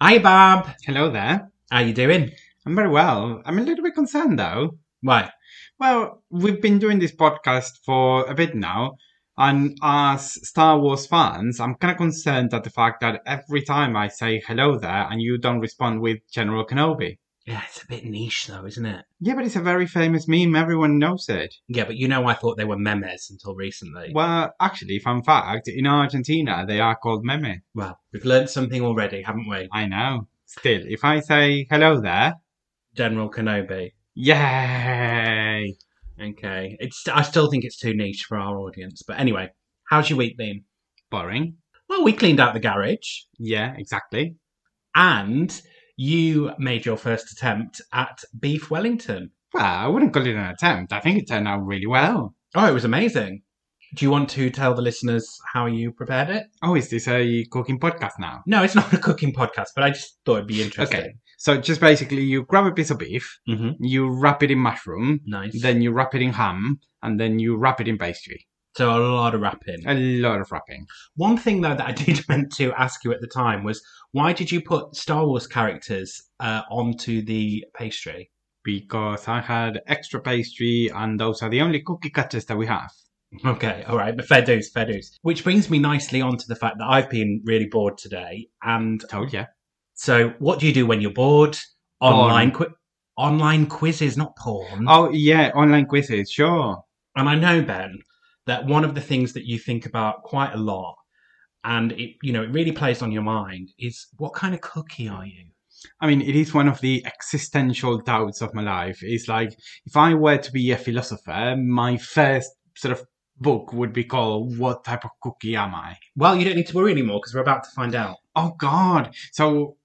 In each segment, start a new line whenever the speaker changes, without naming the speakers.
Hi, Bob.
Hello there.
How you doing?
I'm very well. I'm a little bit concerned though.
What?
Well, we've been doing this podcast for a bit now, and as Star Wars fans, I'm kind of concerned at the fact that every time I say hello there and you don't respond with General Kenobi.
Yeah, it's a bit niche though, isn't it?
Yeah, but it's a very famous meme. Everyone knows it.
Yeah, but you know, I thought they were memes until recently.
Well, actually, fun fact in Argentina, they are called meme.
Well, we've learned something already, haven't we?
I know. Still, if I say hello there,
General Kenobi.
yay!
Okay, it's. I still think it's too niche for our audience. But anyway, how's your week been?
Boring.
Well, we cleaned out the garage,
Yeah, exactly.
and you made your first attempt at beef Wellington.
Well, I wouldn't call it an attempt. I think it turned out really well.
Oh, it was amazing. Do you want to tell the listeners how you prepared it?
Oh, is this a cooking podcast now?
No, it's not a cooking podcast, but I just thought it'd be interesting.
Okay. So just basically, you grab a piece of beef,
Mm-hmm.
you wrap it in mushroom,
Nice.
then you wrap it in ham, and then you wrap it in pastry.
So a lot of wrapping.
A lot of wrapping.
One thing though that I did meant to ask you at the time was why did you put Star Wars characters uh, onto the pastry?
Because I had extra pastry, and those are the only cookie cutters that we have.
Okay, all right, but fair dues, fair dues. Which brings me nicely onto the fact that I've been really bored today. And
Told ya.
so, what do you do when you're bored? Online qui- online quizzes, not porn.
Oh, yeah, online quizzes, sure.
And I know Ben that one of the things that you think about quite a lot, and it you know it really plays on your mind is what kind of cookie are you?
I mean, it is one of the existential doubts of my life. It's like, if I were to be a philosopher, my first sort of book would be called What Type of Cookie Am I?
Well, you don't need to worry anymore because we're about to find out.
Oh God! So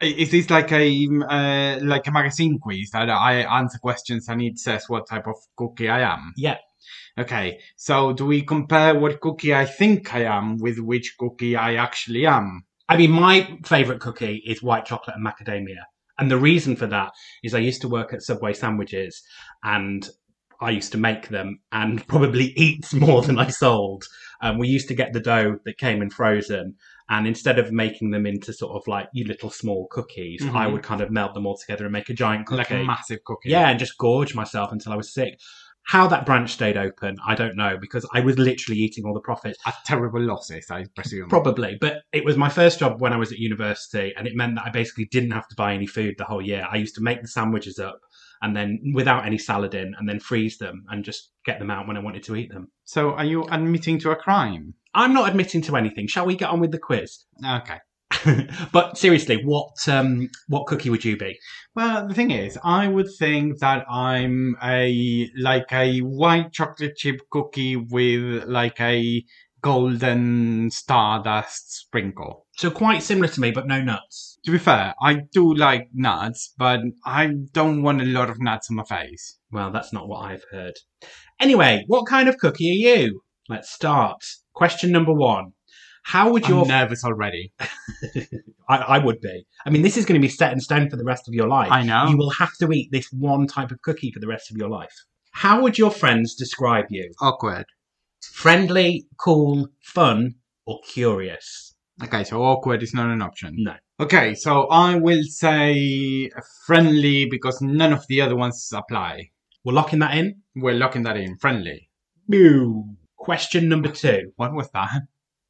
i- is this like a um, uh, like a magazine quiz that I answer questions and it says what type of cookie I am?
Yeah.
Okay. So do we compare what cookie I think I am with which cookie I actually am?
I mean, my favourite cookie is white chocolate and macadamia. And the reason for that is I used to work at Subway sandwiches and I used to make them and probably eat more than I sold. Um, we used to get the dough that came in frozen. And instead of making them into sort of like you little small cookies,
Mhm.
I would kind of melt them all together and make a giant cookie.
Like a massive cookie.
Yeah, and just gorge myself until I was sick. How that branch stayed open, I don't know, because I was literally eating all the profits.
At terrible losses, I presume.
Probably, but it was my first job when I was at university, and it meant that I basically didn't have to buy any food the whole year. I used to make the sandwiches up and then without any salad in, and then freeze them and just get them out when I wanted to eat them.
So are you admitting to a crime?
I'm not admitting to anything. Shall we get on with the quiz?
Okay.
but seriously, what um, what cookie would you be?
Well, the thing is, I would think that I'm a like a white chocolate chip cookie with like a golden stardust sprinkle.
So quite similar to me, but no nuts.
To be fair, I do like nuts, but I don't want a lot of nuts on my face.
Well, that's not what I've heard. Anyway, what kind of cookie are you? Let's start. Question number one. How would your
I'm nervous already.
I, I would be. I mean, this is going to be set in stone for the rest of your life.
I know.
You will have to eat this one type of cookie for the rest of your life. How would your friends describe you?
Awkward.
Friendly, cool, fun, or curious?
Okay, so awkward is not an option.
No.
Okay, so I will say friendly because none of the other ones apply.
We're locking that in.
We're locking that in. Friendly.
Boo. Question number two.
What was that?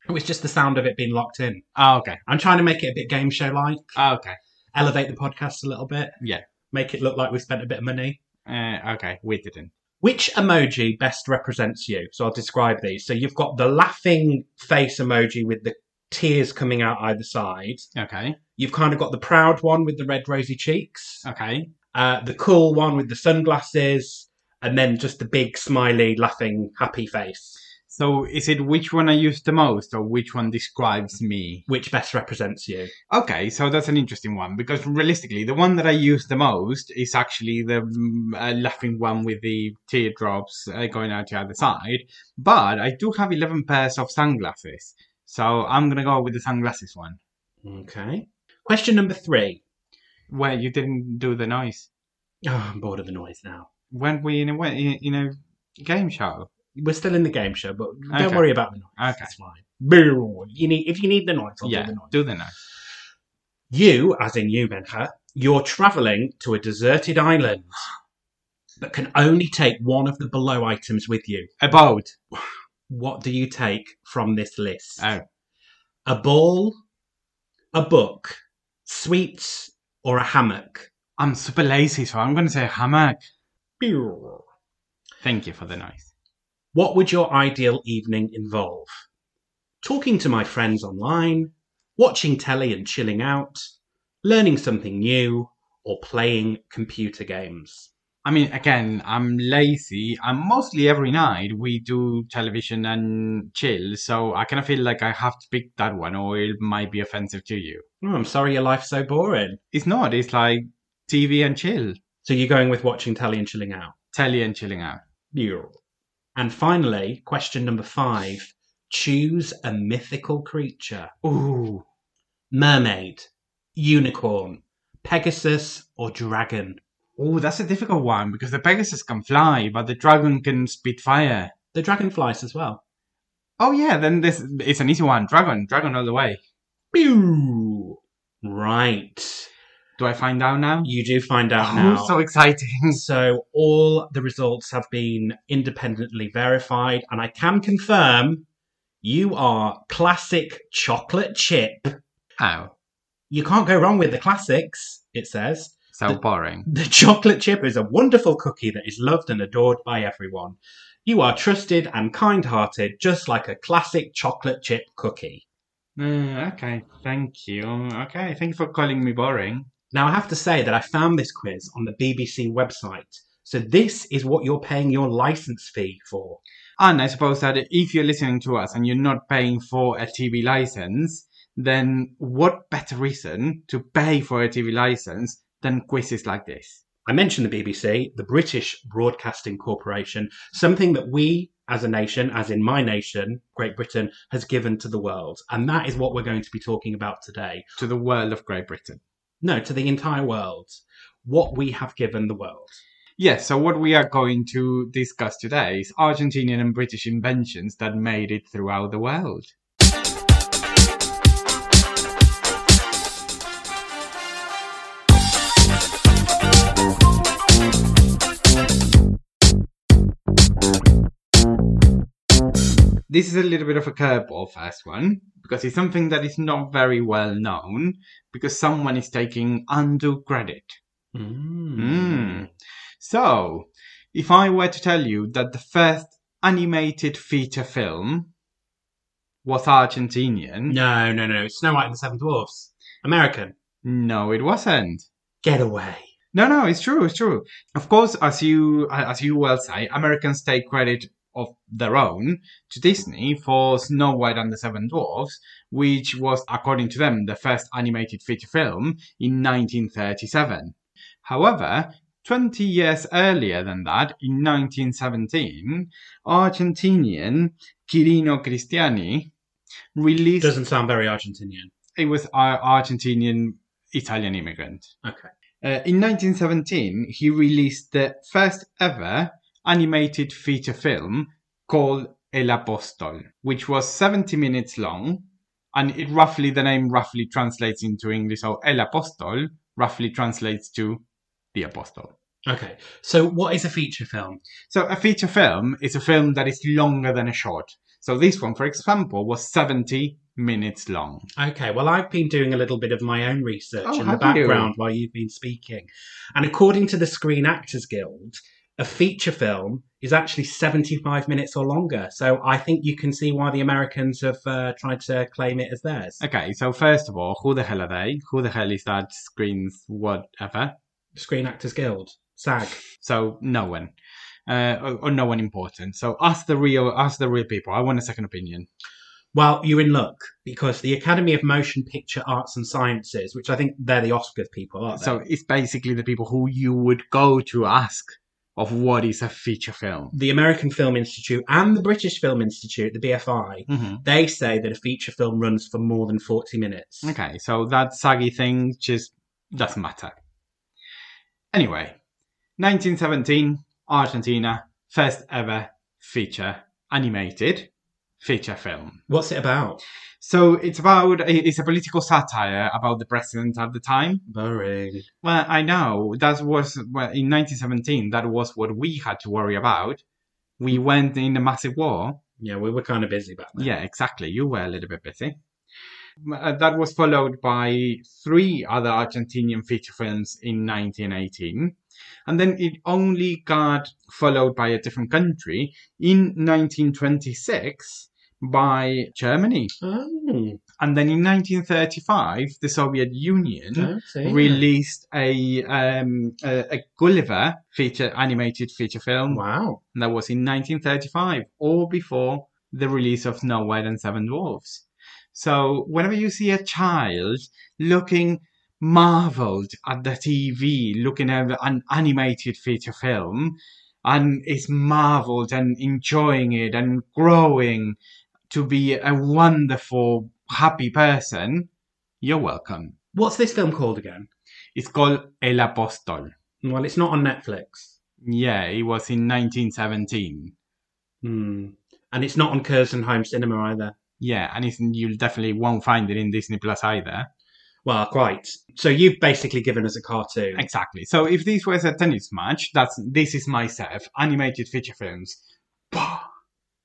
It was just the sound of it being locked in.
Ah, okay.
I'm trying to make it a bit game show like,
Ah, okay.
elevate the podcast a little bit.
Yeah.
Make it look like we spent a bit of money.
Uh, okay, we didn't.
Which emoji best represents you? So I'll describe these. So you've got the laughing face emoji with the tears coming out either side.
Okay,
You've kind of got the proud one with the red rosy cheeks,
okay.
uh, the cool one with the sunglasses, and then just the big smiley, laughing, happy face.
So is it which one I use the most or which one describes me?
Which best represents you?
Okay, so that's an interesting one because realistically, the one that I use the most is actually the mm, uh, laughing one with the teardrops uh, going out the other side. But I do have 11 pairs of sunglasses, so I'm gonna go with the sunglasses one.
Okay. Question number three.
Well, you didn't do the noise.
Oh, I'm bored of the noise now.
Weren't we in a way- in, in a game show?
We're still in the game show, but don't
Okay.
worry about the noise.
Okay,
That's fine. Boo. You need if you need the noise, I'll
yeah,
do the noise.
do the noise.
You, as in you, Menha, you're travelling to a deserted island, but can only take one of the below items with you.
A boat.
What do you take from this list?
Oh.
A ball, a book, sweets, or a hammock?
I'm super lazy, so I'm gonna say hammock.
Boo.
Thank you for the noise.
What would your ideal evening involve? Talking to my friends online, watching telly and chilling out, learning something new, or playing computer games.
I mean, again, I'm lazy, and mostly every night we do television and chill, so I kind of feel like I have to pick that one, or it might be offensive to you.
Oh, I'm sorry your life's so boring.
It's not. It's like TV and chill,
So you're going with watching telly and chilling out.
telly and chilling out.
Ew. And finally, question number five choose a mythical creature
Ooh,
mermaid, unicorn, pegasus, or dragon.
ooh, that's a difficult one because the Pegasus can fly, but the dragon can spit fire.
The dragon flies as well.
Oh yeah, then this it's an easy one. Dragon, dragon all the way.
Pew! Right.
Do I find out now?
You do find out
Oh,
now.
so exciting.
So all the results have been independently verified, and I can confirm you are classic chocolate chip.
Ow,
You can't go wrong with the classics, it says.
so
The-
boring.
The chocolate chip is a wonderful cookie that is loved and adored by everyone. You are trusted and kind hearted, just like a classic chocolate chip cookie.
Mm, okay, thank you. Um, Okay, thank you for calling me boring.
Now, I have to say that I found this quiz on the BBC website. So, this is what you're paying your license fee for.
And I suppose that if you're listening to us and you're not paying for a TV license, then what better reason to pay for a TV license than quizzes like this?
I mentioned the BBC, the British Broadcasting Corporation, something that we as a nation, as in my nation, Great Britain, has given to the world. And that is what we're going to be talking about today.
To the world of Great Britain.
No, to the entire world. What we have given the world.
Yes, so what we are going to discuss today is Argentinian and British inventions that made it throughout the world. This is a little bit of a curveball, first one, because it's something that is not very well known because someone is taking undue credit.
Mm.
Hmm. So, if I were to tell you that the first animated feature film was Argentinian,
No, no, no. Snow White and the Seven Dwarfs. American.
no, it wasn't.
Get away.
No, no, it's true, it's true. Of course, as you as you well say, Americans take credit of their own to Disney for Snow White and the Seven Dwarfs, which was, according to them, the first animated feature film in 1937. However, 20 years earlier than that, in 1917, Argentinian Quirino Cristiani
It
released
doesn't sound very Argentinian.
it was an Argentinian Italian immigrant.
Okay.
Uh, in 1917, he released the first ever animated feature film called El Apostol, which was 70 minutes long, and it roughly the name roughly translates into English. So El Apostol roughly translates to the Apostle.
Okay. So, what is a feature film?
So a feature film is a film that is longer than a short. So this one, for example, was 70 minutes long.
Okay, well, I've been doing a little bit of my own research
Oh,
in the
have you?
background while you've been speaking. And according to the Screen Actors Guild, a feature film is actually 75 minutes or longer. So I think you can see why the Americans have uh, tried to claim it as theirs.
Okay, so first of all, who the hell are they? Who the hell is that screens whatever?
Screen Actors Guild, SAG.
So no one. uh, or, or no one important. So ask the real, ask the real people. I want a second opinion.
Well, you're in luck because the Academy of Motion Picture Arts and Sciences, which I think they're the Oscars people, aren't they?
So it's basically the people who you would go to ask of what is a feature film.
the American Film Institute and the British Film Institute, the BFI, they say that a feature film runs for more than 40 minutes.
Okay, so that saggy thing just doesn't matter. Anyway, 1917, Argentina, first ever feature animated feature film.
What's it about?
So it's about it's a political satire about the president at the time.
Boring.
Well, I know that was well, in 1917. That was what we had to worry about. We went in a massive war.
Yeah, we were kind of busy back then.
Yeah, exactly. You were a little bit busy. Uh, That was followed by three other Argentinian feature films in 1918. And then it only got followed by a different country in 1926 by Germany.
Oh,
And then in 1935, the Soviet Union
fancy.
released a, um, a a Gulliver feature animated feature film.
Wow.
And that was in 1935, or before the release of Snow White and Seven Dwarfs. So whenever you see a child looking marveled at the TV, looking at an animated feature film, and is marveled and enjoying it and growing to be a wonderful, happy person, you're welcome.
What's this film called again?
It's called El Apostol.
Well, it's not on Netflix.
Yeah, it was in 1917.
Hmm. And it's not on Curzon Home Cinema either.
Yeah, and it's, you definitely won't find it in Disney Plus either.
Well, quite. So you've basically given us a cartoon.
Exactly. So if this was a tennis match, that's this is myself animated feature films.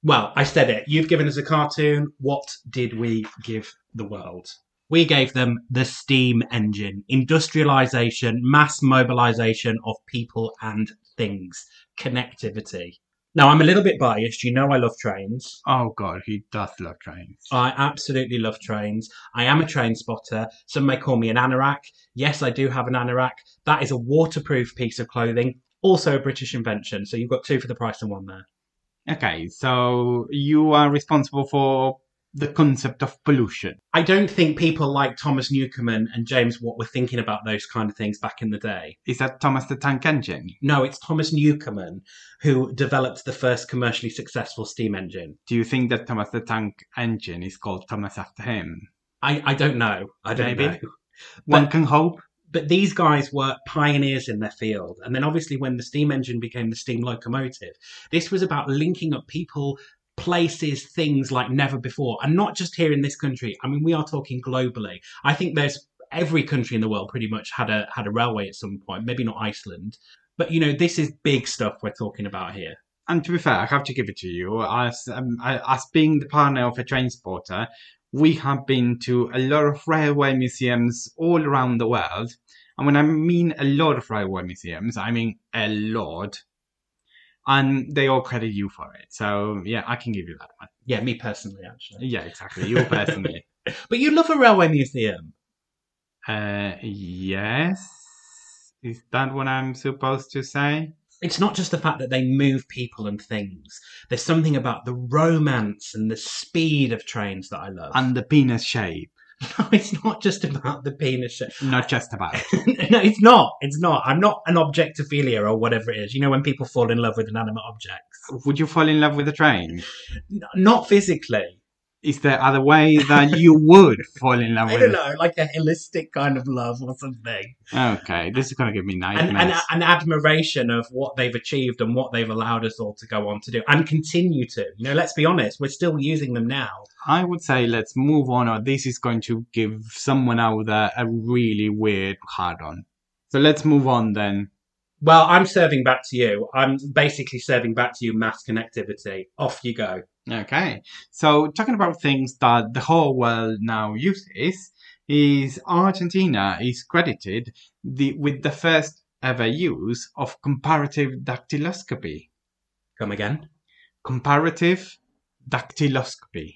Well, I said it. You've given us a cartoon. What did we give the world? We gave them the steam engine, industrialization, mass mobilization of people and things, connectivity. Now, I'm a little bit biased. You know, I love trains.
Oh god, he does love trains.
I absolutely love trains. I am a train spotter. Some may call me an anorak. Yes, I do have an anorak. That is a waterproof piece of clothing, also a British invention. So you've got two for the price of one there.
Okay, so you are responsible for the concept of pollution.
I don't think people like Thomas Newcomen and James Watt were thinking about those kind of things back in the day.
Is that Thomas the Tank Engine?
No, it's Thomas Newcomen who developed the first commercially successful steam engine.
Do you think that Thomas the Tank Engine is called Thomas after him?
I, I don't know. I don't
Maybe.
know.
One can hope.
But these guys were pioneers in their field. And then obviously when the steam engine became the steam locomotive, this was about linking up people, places, things like never before. And not just here in this country. I mean, we are talking globally. I think there's every country in the world pretty much had a had a railway at some point, maybe not Iceland. But you know, this is big stuff we're talking about here.
And to be fair, I have to give it to you. As um, I- as being the partner of a transporter, we have been to a lot of railway museums all around the world. And when I mean a lot of railway museums, I mean a lot. And they all credit you for it. So yeah, I can give you that one.
Yeah, me personally actually.
Yeah, exactly. You personally.
But you love a railway museum.
uh, yes. Is that what I'm supposed to say?
it's not just the fact that they move people and things. There's something about the romance and the speed of trains that I love.
And the penis shape,
no, it's not just about the penis. shape.
not just about.
no, it's not. It's not. I'm not an objectophilia or whatever it is. You know, when people fall in love with inanimate objects,
Would you fall in love with a train?
N- not physically.
is there other way that you would fall in love
I
with
don't know, like a holistic kind of love or something,
it? Okay, this is gonna give me nightmares.
and, and an admiration of what they've achieved and what they've allowed us all to go on to do and continue to. You know, let's be honest, we're still using them now.
I would say let's move on, or this is going to give someone out there a really weird hard on. So let's move on then.
Well, I'm serving back to you. I'm basically serving back to you mass connectivity. Off you go.
Okay, so talking about things that the whole world now uses is Argentina is credited the with the first ever use of comparative dactyloscopy.
Come again.
Comparative dactyloscopy.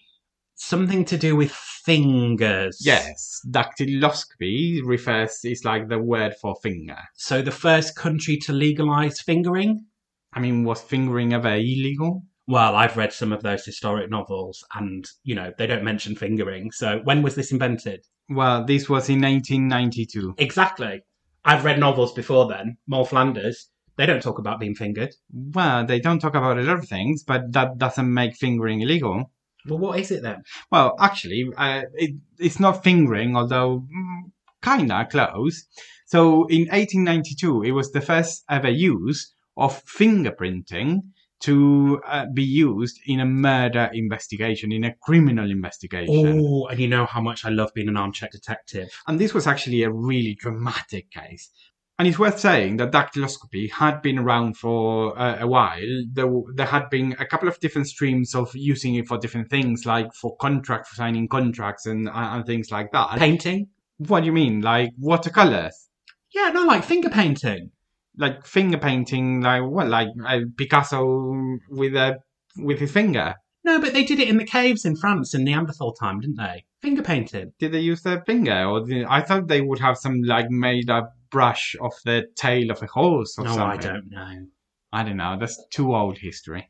Something to do with fingers.
Yes, dactyloscopy refers is like the word for finger.
So the first country to legalize fingering?
I mean, was fingering ever illegal?
Well, I've read some of those historic novels, and you know they don't mention fingering. So when was this invented?
Well, this was in 1992.
Exactly. I've read novels before then. More Flanders. They don't talk about being fingered.
Well, they don't talk about a lot of things, but that doesn't make fingering illegal.
Well, what is it then?
Well, actually, uh, it, it's not fingering, although mm, kinda close. So in 1892, it was the first ever use of fingerprinting to uh, be used in a murder investigation, in a criminal investigation.
Oh, and you know how much I love being an armchair detective.
And this was actually a really dramatic case. And it's worth saying that dactyloscopy had been around for uh, a while. There, w- there had been a couple of different streams of using it for different things, like for contract, for signing contracts and, uh, and things like that.
Painting?
What do you mean? Like watercolors?
Yeah, no, like finger painting.
Like finger painting, like what? Like uh, Picasso with a with his finger.
No, but they did it in the caves in France in Neanderthal time, didn't they? Finger painting.
Did they use their finger? Or did, I thought they would have some like made up brush off the tail of a horse or
No,
something.
I don't know.
I don't know. That's too old history.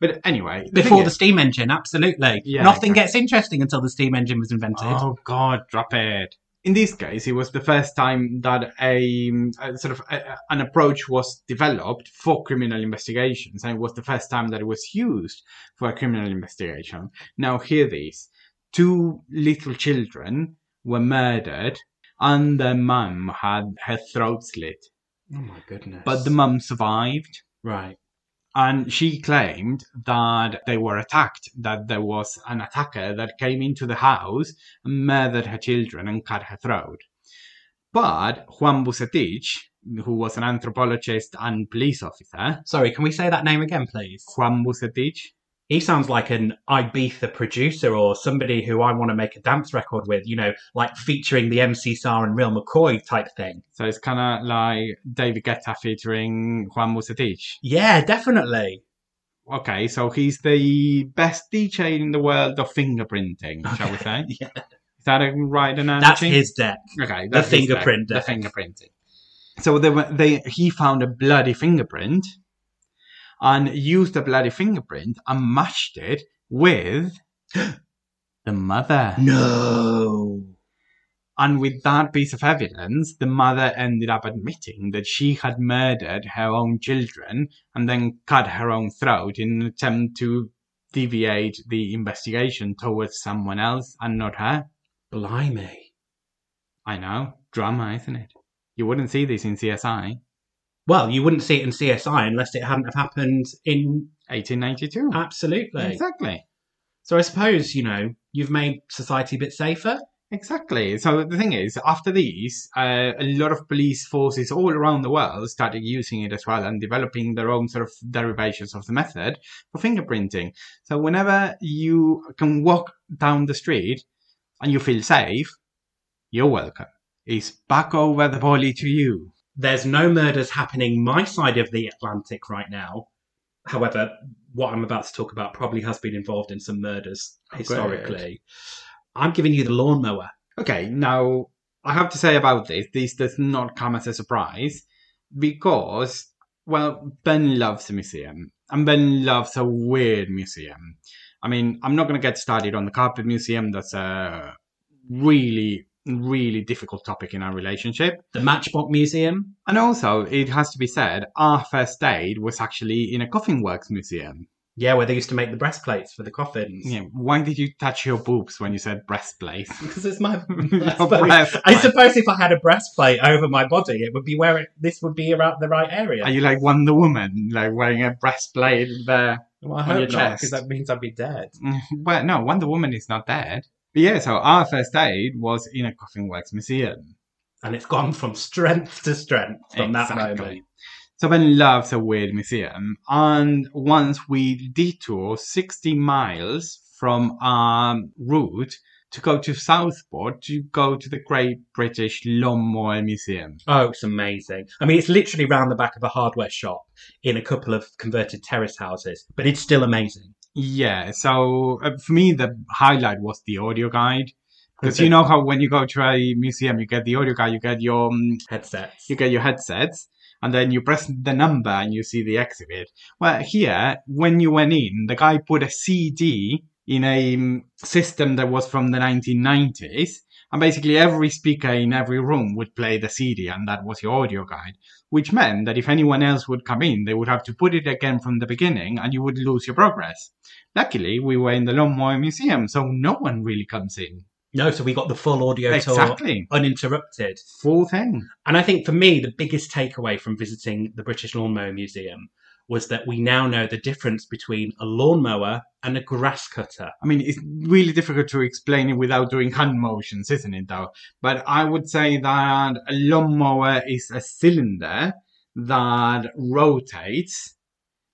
But anyway, the
Before
thing
the
is-
steam engine, absolutely.
Yeah,
Nothing gets interesting until the steam engine was invented.
oh god, drop it. In this case, it was the first time that a, um, a sort of a, a- an approach was developed for criminal investigations, and it was the first time that it was used for a criminal investigation. Now, hear this: two little children were murdered, and their mum had her throat slit,
Oh my goodness.
but the mum survived.
right.
And she claimed that they were attacked, that there was an attacker that came into the house and murdered her children and cut her throat. But Juan Bucetich, who was an anthropologist and police officer,
Sorry, can we say that name again, please?
Juan Bucetich,
He sounds like an Ibiza producer or somebody who I want to make a dance record with, you know, like featuring the MC Sar and Real McCoy type thing.
so it's kind of like David Guetta featuring Juan Bucetich.
Yeah, definitely.
Okay, so he's the best DJ in the world of fingerprinting, shall we say?
Yeah.
Is that a right analogy?
That's his deck.
Okay,
The
that's his deck,
fingerprint
The
deck.
fingerprinting. So they were, they he found a bloody fingerprint, and used the bloody fingerprint and matched it with the mother.
No.
And with that piece of evidence, the mother ended up admitting that she had murdered her own children and then cut her own throat in an attempt to deviate the investigation towards someone else and not her.
Blimey.
I know, drama, isn't it? You wouldn't see this in CSI.
Well, you wouldn't see it in CSI unless it hadn't have happened in
1892.
Ah, absolutely.
Exactly.
So I suppose, you know, you've made society a bit safer.
Exactly. So the thing is, after these, uh, a lot of police forces all around the world started using it as well and developing their own sort of derivations of the method for fingerprinting. So whenever you can walk down the street and you feel safe, you're welcome. It's back over the volley to you.
There's no murders happening my side of the Atlantic right now. However, what I'm about to talk about probably has been involved in some murders
great.
historically. I'm giving you the lawnmower.
Okay, now I have to say about this, this does not come as a surprise because, well, Ben loves a museum and Ben loves a weird museum. I mean, I'm not going to get started on the carpet museum. That's a really, really difficult topic in our relationship.
The Matchbox Museum.
And also, it has to be said, our first date was actually in a coffin works museum.
Yeah, where they used to make the breastplates for the coffins.
Yeah, why did you touch your boobs when you said breastplate?
Because it's my. I
Your
suppose, I
breastplate.
suppose if I had a breastplate over my body, it would be where it, this would be around the right area.
Are you like Wonder Woman, like wearing a breastplate there?
well, I
on
hope
your
not,
chest?
because that means I'd be dead.
Mm, Well, no, Wonder Woman is not dead. But yeah, so our first aid was in a Coffin Works museum.
And it's gone from strength to strength from that moment.
So Ben loves a weird museum, and once we detour 60 miles from our route to go to Southport to go to the Great British Lawnmower Museum.
Oh, it's amazing. I mean, it's literally round the back of a hardware shop in a couple of converted terrace houses, but it's still amazing.
Yeah, so uh, for me, the highlight was the audio guide. Because you know how when you go to a museum, you get the audio guide, you get your um,
Headsets.
you get your headsets, and then you press the number and you see the exhibit. Well, here, when you went in, the guy put a CD in a um, system that was from the 1990s, and basically every speaker in every room would play the CD, and that was your audio guide, which meant that if anyone else would come in, they would have to put it again from the beginning, and you would lose your progress. Luckily, we were in the Longmore Museum, so no one really comes in.
No, so we got the full audio tour
Exactly.
uninterrupted.
Full thing.
And I think for me, the biggest takeaway from visiting the British Lawnmower Museum was that we now know the difference between a lawnmower and a grass cutter.
I mean, it's really difficult to explain it without doing hand motions, isn't it, though? But I would say that a lawnmower is a cylinder that rotates,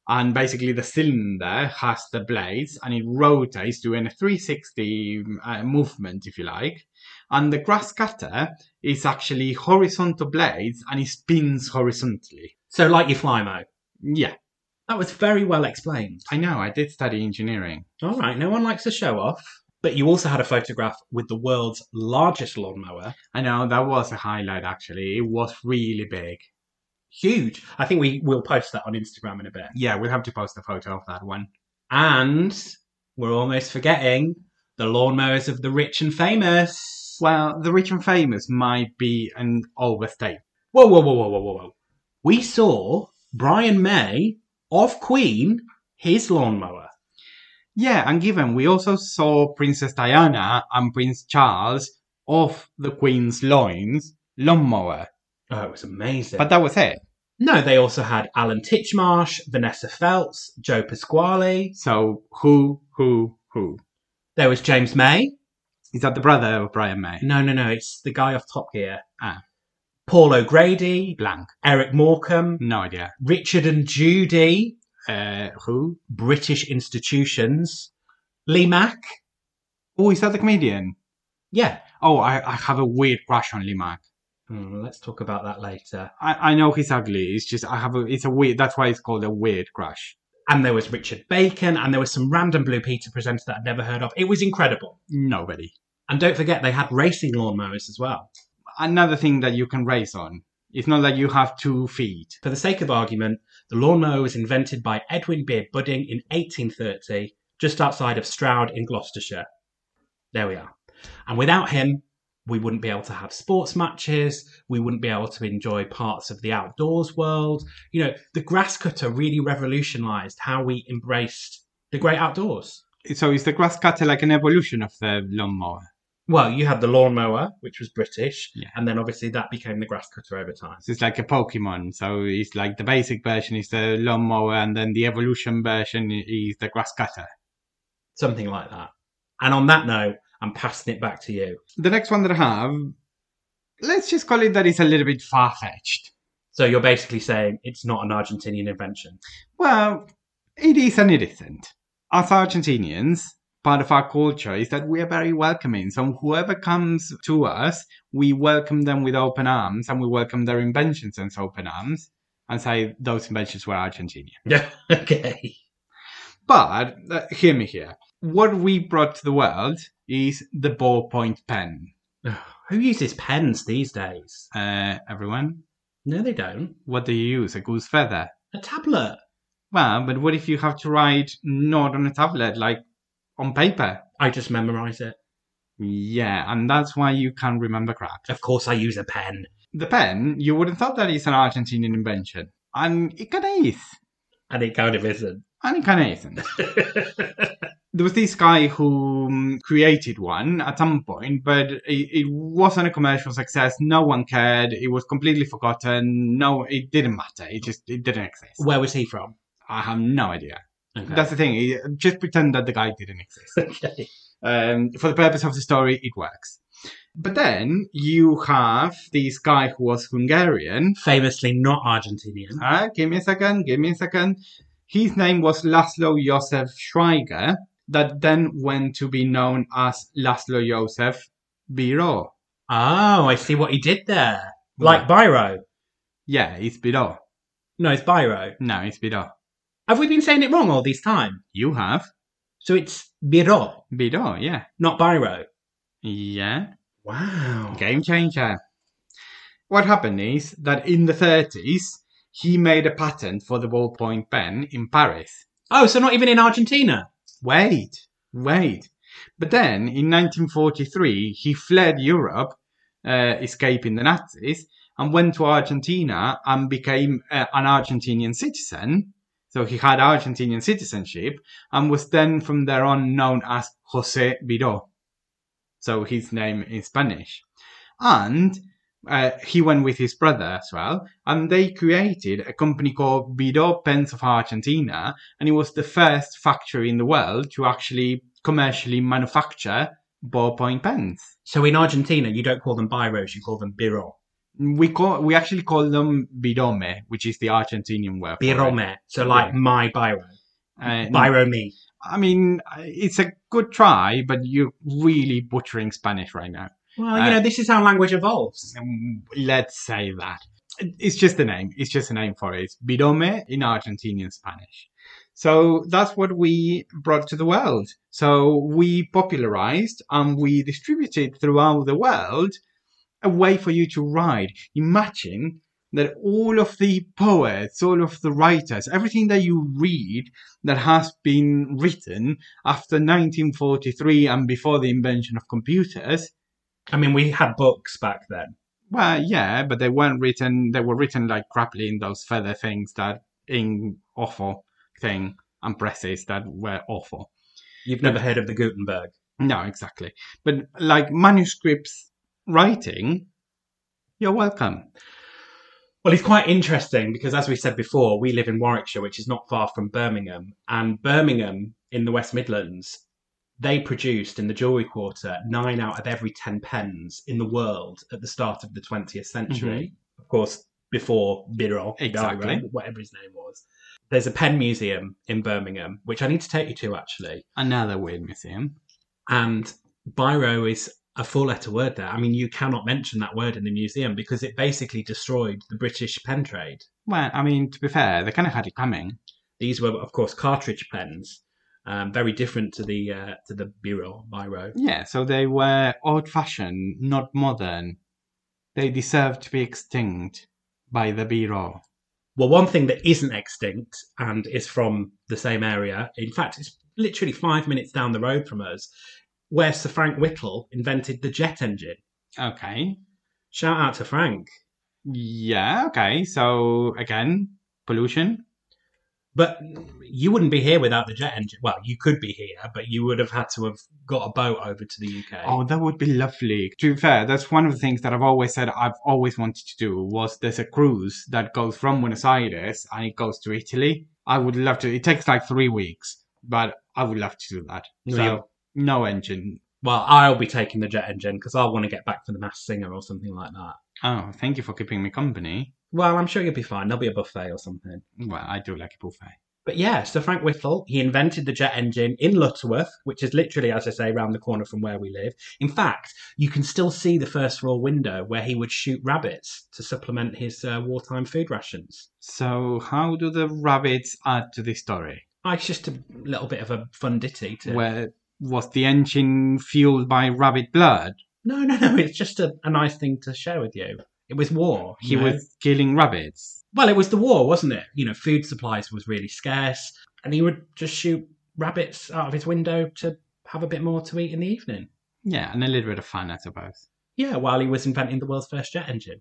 and basically the cylinder has the blades and it rotates doing a 360 uh, movement, if you like. And the grass cutter is actually horizontal blades and it spins horizontally.
So, like your Flymo.
Yeah,
That was very well explained.
I know, I did study engineering.
All right, no one likes to show off. But you also had a photograph with the world's largest lawnmower.
I know, that was a highlight actually. It was really big.
Huge. I think we will post that on Instagram in a bit.
Yeah, we'll have to post a photo of that one.
And we're almost forgetting the lawnmowers of the rich and famous.
Well, the rich and famous might be an overstatement.
Whoa, whoa, whoa, whoa, whoa, whoa, whoa. We saw Brian May of Queen, his lawnmower.
Yeah, and given we also saw Princess Diana and Prince Charles off the Queen's loins, lawnmower.
Oh, it was amazing.
But that was it.
no, they also had Alan Titchmarsh, Vanessa Phelps, Joe Pasquale.
So who, who, who?
There was James May.
Is that the brother of Brian May?
No, no, no, it's the guy off Top Gear.
Ah.
Paul O'Grady,
Blank.
Eric Morecambe,
No idea.
Richard and Judy,
Uh, who?
British institutions, Lee Mack.
Oh, is that the comedian?
Yeah.
Oh, I, I have a weird crush on Limac.
Hmm, let's talk about that later.
I, I know he's ugly. It's just I have a. It's a weird. That's why it's called a weird crush.
and there was Richard Bacon, and there was some random Blue Peter presenter that I'd never heard of. It was incredible.
Nobody.
And don't forget, they had racing lawnmowers as well.
another thing that you can race on. It's not that you have two feet.
For the sake of argument, the lawnmower was invented by Edwin Beard Budding in 1830, just outside of Stroud in Gloucestershire. There we are. And without him, we wouldn't be able to have sports matches. We wouldn't be able to enjoy parts of the outdoors world. You know, the grass cutter really revolutionized how we embraced the great outdoors.
So is the grass cutter like an evolution of the lawnmower?
Well, you had the lawnmower, which was British,
Yeah.
and then obviously that became the grass cutter over time.
So it's like a Pokemon. So it's like the basic version is the lawnmower, and then the evolution version is the grass cutter.
Something like that. And on that note, I'm passing it back to you.
The next one that I have, let's just call it that it's a little bit far fetched.
So you're basically saying it's not an Argentinian invention.
Well, it is and it isn't. As Argentinians, part of our culture is that we are very welcoming. So whoever comes to us, we welcome them with open arms and we welcome their inventions with open arms and say those inventions were Argentinian.
Yeah. okay.
But uh, hear me here. What we brought to the world is the ballpoint pen.
Who uses pens these days?
Uh, everyone,
No, they don't.
what do you use? A goose feather.
A tablet.
Well, but what if you have to write not on a tablet, like on paper?
I just memorize it.
Yeah, and that's why you can remember crap.
Of course, I use a pen.
The pen, you would have thought that is an Argentinian invention. And it kind of is.
And it kind of isn't.
And it kind of isn't. there was this guy who um, created one at some point, but it, it wasn't a commercial success. No one cared. It was completely forgotten. No, it didn't matter. It just it didn't exist.
Where was he from?
I have no idea.
Okay.
That's the thing. It- Just pretend that the guy didn't exist.
okay.
um, for the purpose of the story, it works. But then you have this guy who was Hungarian.
Famously not Argentinian.
Ah, give me a second, give me a second. His name was Laszlo Josef Schweiger, that then went to be known as Laszlo Josef Biro.
Oh, I see what he did there. Like Biro.
Yeah, it's Biro.
No, it's Biro.
No, it's Biro.
Have we been saying it wrong all this time?
You have
So it's Biro,
Biro, yeah.
not Biro.
Yeah.
Wow.
Game changer. What happened is that in the 30s, he made a patent for the ballpoint pen in Paris.
Oh, so not even in Argentina.
Wait, wait. But then, in 1943, he fled Europe, uh, escaping the Nazis, and went to Argentina and became uh, an Argentinian citizen. So he had Argentinian citizenship and was then from there on known as Jose Vidó. So his name in Spanish. And uh, he went with his brother as well, and they created a company called Vidó Pens of Argentina, and it was the first factory in the world to actually commercially manufacture ballpoint pens.
So in Argentina, you don't call them biros, you call them biro.
We call we actually call them birome, which is the Argentinian word. for it.
Birome. So like
Yeah.
my biro.
Uh,
Biro me.
I mean, it's a good try, but you're really butchering Spanish right now.
Well, you know, this is how language evolves.
Um, Let's say that. It's just a name. It's just a name for it. It's Bidome in Argentinian Spanish. So that's what we brought to the world. So we popularized and we distributed throughout the world a way for you to write. Imagine that all of the poets, all of the writers, everything that you read that has been written after 1943 and before the invention of computers
I mean, we had books back then.
well, yeah, but they weren't written. They were written like crappily in those feather things that in awful thing and presses that were awful.
You've never heard of the Gutenberg.
No, exactly. But like manuscripts writing, you're welcome.
Well, it's quite interesting because, as we said before, we live in Warwickshire, which is not far from Birmingham. And Birmingham in the West Midlands, they produced in the jewellery quarter nine out of every 10 pens in the world at the start of the 20th century. Of course, before Biro,
Exactly.
Biro, whatever his name was. There's a pen museum in Birmingham, which I need to take you to actually.
Another weird museum.
And biro is a four letter word there. I mean, you cannot mention that word in the museum because it basically destroyed the British pen trade.
Well, I mean, to be fair, they kind of had it coming.
These were, of course, cartridge pens, um, very different to the uh, to the biro biro.
Yeah, so they were old fashioned, not modern. They deserve to be extinct by the Bureau.
Well, one thing that isn't extinct and is from the same area, in fact, it's literally five minutes down the road from us, where Sir Frank Whittle invented the jet engine.
Okay.
Shout out to Frank.
Yeah, okay. So again, pollution.
But you wouldn't be here without the jet engine. Well, you could be here, but you would have had to have got a boat over to the UK.
Oh, that would be lovely. To be fair, that's one of the things that I've always said I've always wanted to do was there's a cruise that goes from Buenos Aires and it goes to Italy. I would love to. It takes like three weeks, but I would love to do that.
No, you-
So no engine.
Well, I'll be taking the jet engine because I want to get back for the mass singer or something like that.
Oh, thank you for keeping me company.
Well, I'm sure you'll be fine. There'll be a buffet or something.
Well, I do like a buffet.
But yeah, Sir Frank Whittle, he invented the jet engine in Lutterworth, which is literally, as I say, round the corner from where we live. In fact, you can still see the first floor window where he would shoot rabbits to supplement his uh, wartime food rations.
So how do the rabbits add to the story?
Ah, It's just a little bit of a fun ditty to
Where was the engine fueled by rabbit blood?
No, no, no. It's just a, a nice thing to share with you. It was war.
He
you know.
was killing rabbits.
well. It was the war, wasn't it? You know, food supplies was really scarce, and he would just shoot rabbits out of his window to have a bit more to eat in the evening.
Yeah, and a little bit of fun, I suppose.
Yeah, while he was inventing the world's first jet engine.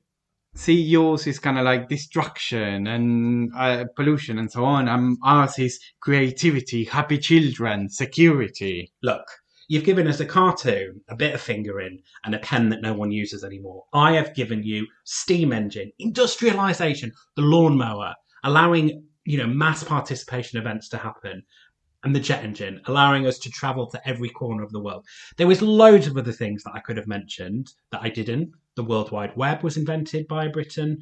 See, yours E is kind of like destruction and uh, pollution and so on. Um, ours is creativity, happy children, security.
Look, you've given us a cartoon, a bit of fingering, and a pen that no one uses anymore. I have given you steam engine, industrialization, the lawnmower, allowing you know mass participation events to happen, and the jet engine, allowing us to travel to every corner of the world. There was loads of other things that I could have mentioned that I didn't. The World Wide Web was invented by Britain,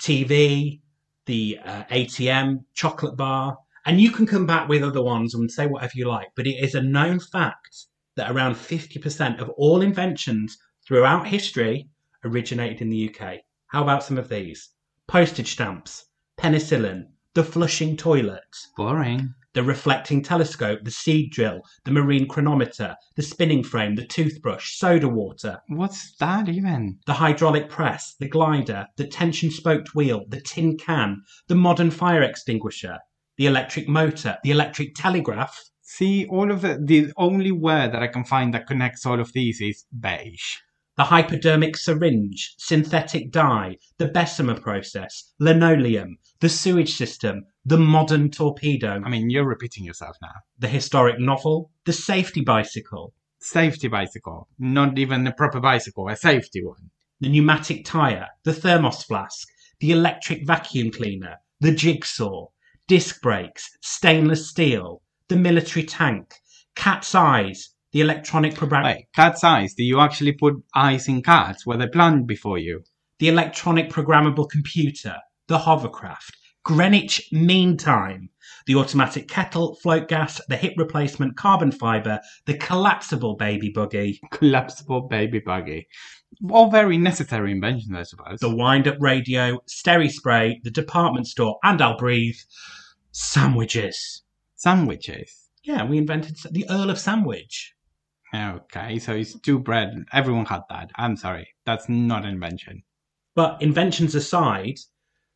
TV, the uh, ATM, chocolate bar, and you can come back with other ones and say whatever you like. But it is a known fact that around 50% of all inventions throughout history originated in the UK. How about some of these? Postage stamps, penicillin, the flushing toilet,
Boring.
the reflecting telescope, the seed drill, the marine chronometer, the spinning frame, the toothbrush, soda water,
What's that even?
the hydraulic press, the glider, the tension spoked wheel, the tin can, the modern fire extinguisher, the electric motor, the electric telegraph.
See, all of the, the only word that I can find that connects all of these is beige.
the hypodermic syringe, synthetic dye, the Bessemer process, linoleum, the sewage system, the modern torpedo,
I mean, you're repeating yourself now.
the historic novel, the safety bicycle,
Safety bicycle. Not even a proper bicycle, a safety one.
the pneumatic tyre, the thermos flask, the electric vacuum cleaner, the jigsaw, disc brakes, stainless steel, the military tank, cat's eyes, the electronic program-
Wait, cat's eyes. Do you actually put eyes in cats where they planned before you?
the electronic programmable computer, the hovercraft, Greenwich Mean Time, the automatic kettle, float gas, the hip replacement, carbon fibre, the collapsible baby buggy,
Collapsible baby buggy. All very necessary inventions, I suppose.
the wind up radio, steri spray, the department store, and I'll breathe, sandwiches.
Sandwiches.
Yeah, we invented sa- the Earl of Sandwich.
Okay, so it's two bread. Everyone had that. I'm sorry. That's not an invention.
But inventions aside,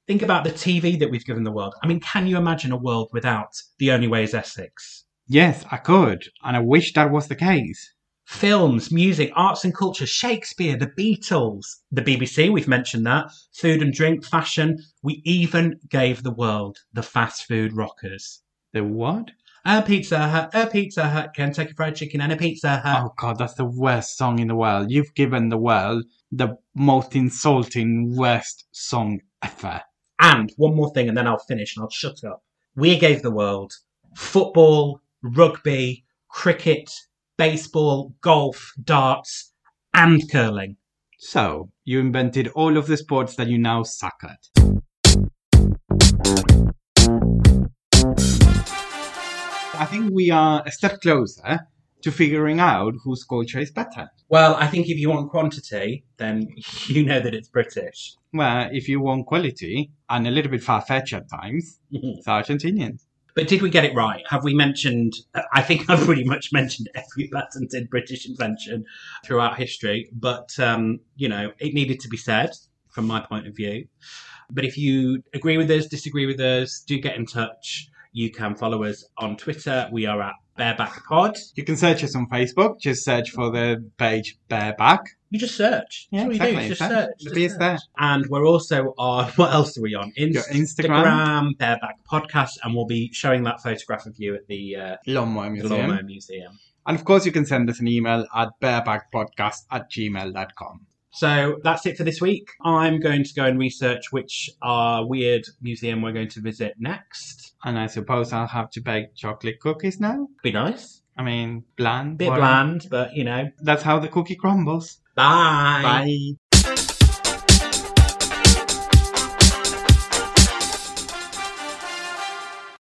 think about the TV that we've given the world. I mean, can you imagine a world without The Only Way is Essex?
Yes, I could. And I wish that was the case.
films, music, arts and culture, Shakespeare, the Beatles, the BBC, we've mentioned that, food and drink, fashion. We even gave the world the fast food rockers.
The what?
A Pizza Hut, a Pizza Hut, Kentucky Fried Chicken and a Pizza Hut.
Oh god, that's the worst song in the world. You've given the world the most insulting worst song ever.
And one more thing and then I'll finish and I'll shut up. We gave the world football, rugby, cricket, baseball, golf, darts and curling.
So, you invented all of the sports that you now suck at. I think we are a step closer to figuring out whose culture is better.
Well, I think if you want quantity, then you know that it's British.
Well, if you want quality and a little bit far fetched at times, it's Argentinians.
But did we get it right? Have we mentioned? I think I've pretty much mentioned every patented British invention throughout history, but um, you know, it needed to be said from my point of view. But if you agree with us, disagree with us, do get in touch. You can follow us on Twitter. We are at Bareback Pod.
You can search us on Facebook. Just search for the page Bareback.
You just search. That's what you do. Just
It's
search.
there.
Just
Be it's
search.
there.
And we're also on, what else are we on?
Your
Instagram,
Instagram,
Bareback Podcast. And we'll be showing that photograph of you at the, uh,
Lawnmower
the
Museum.
Lawnmower Museum.
And of course, you can send us an email at barebackpodcast at gmail.com.
So that's it for this week. I'm going to go and research which uh, weird museum we're going to visit next.
And I suppose I'll have to bake chocolate cookies now.
Be nice.
I mean, bland.
Bit
boring.
bland, but you know.
That's how the cookie crumbles.
Bye.
Bye.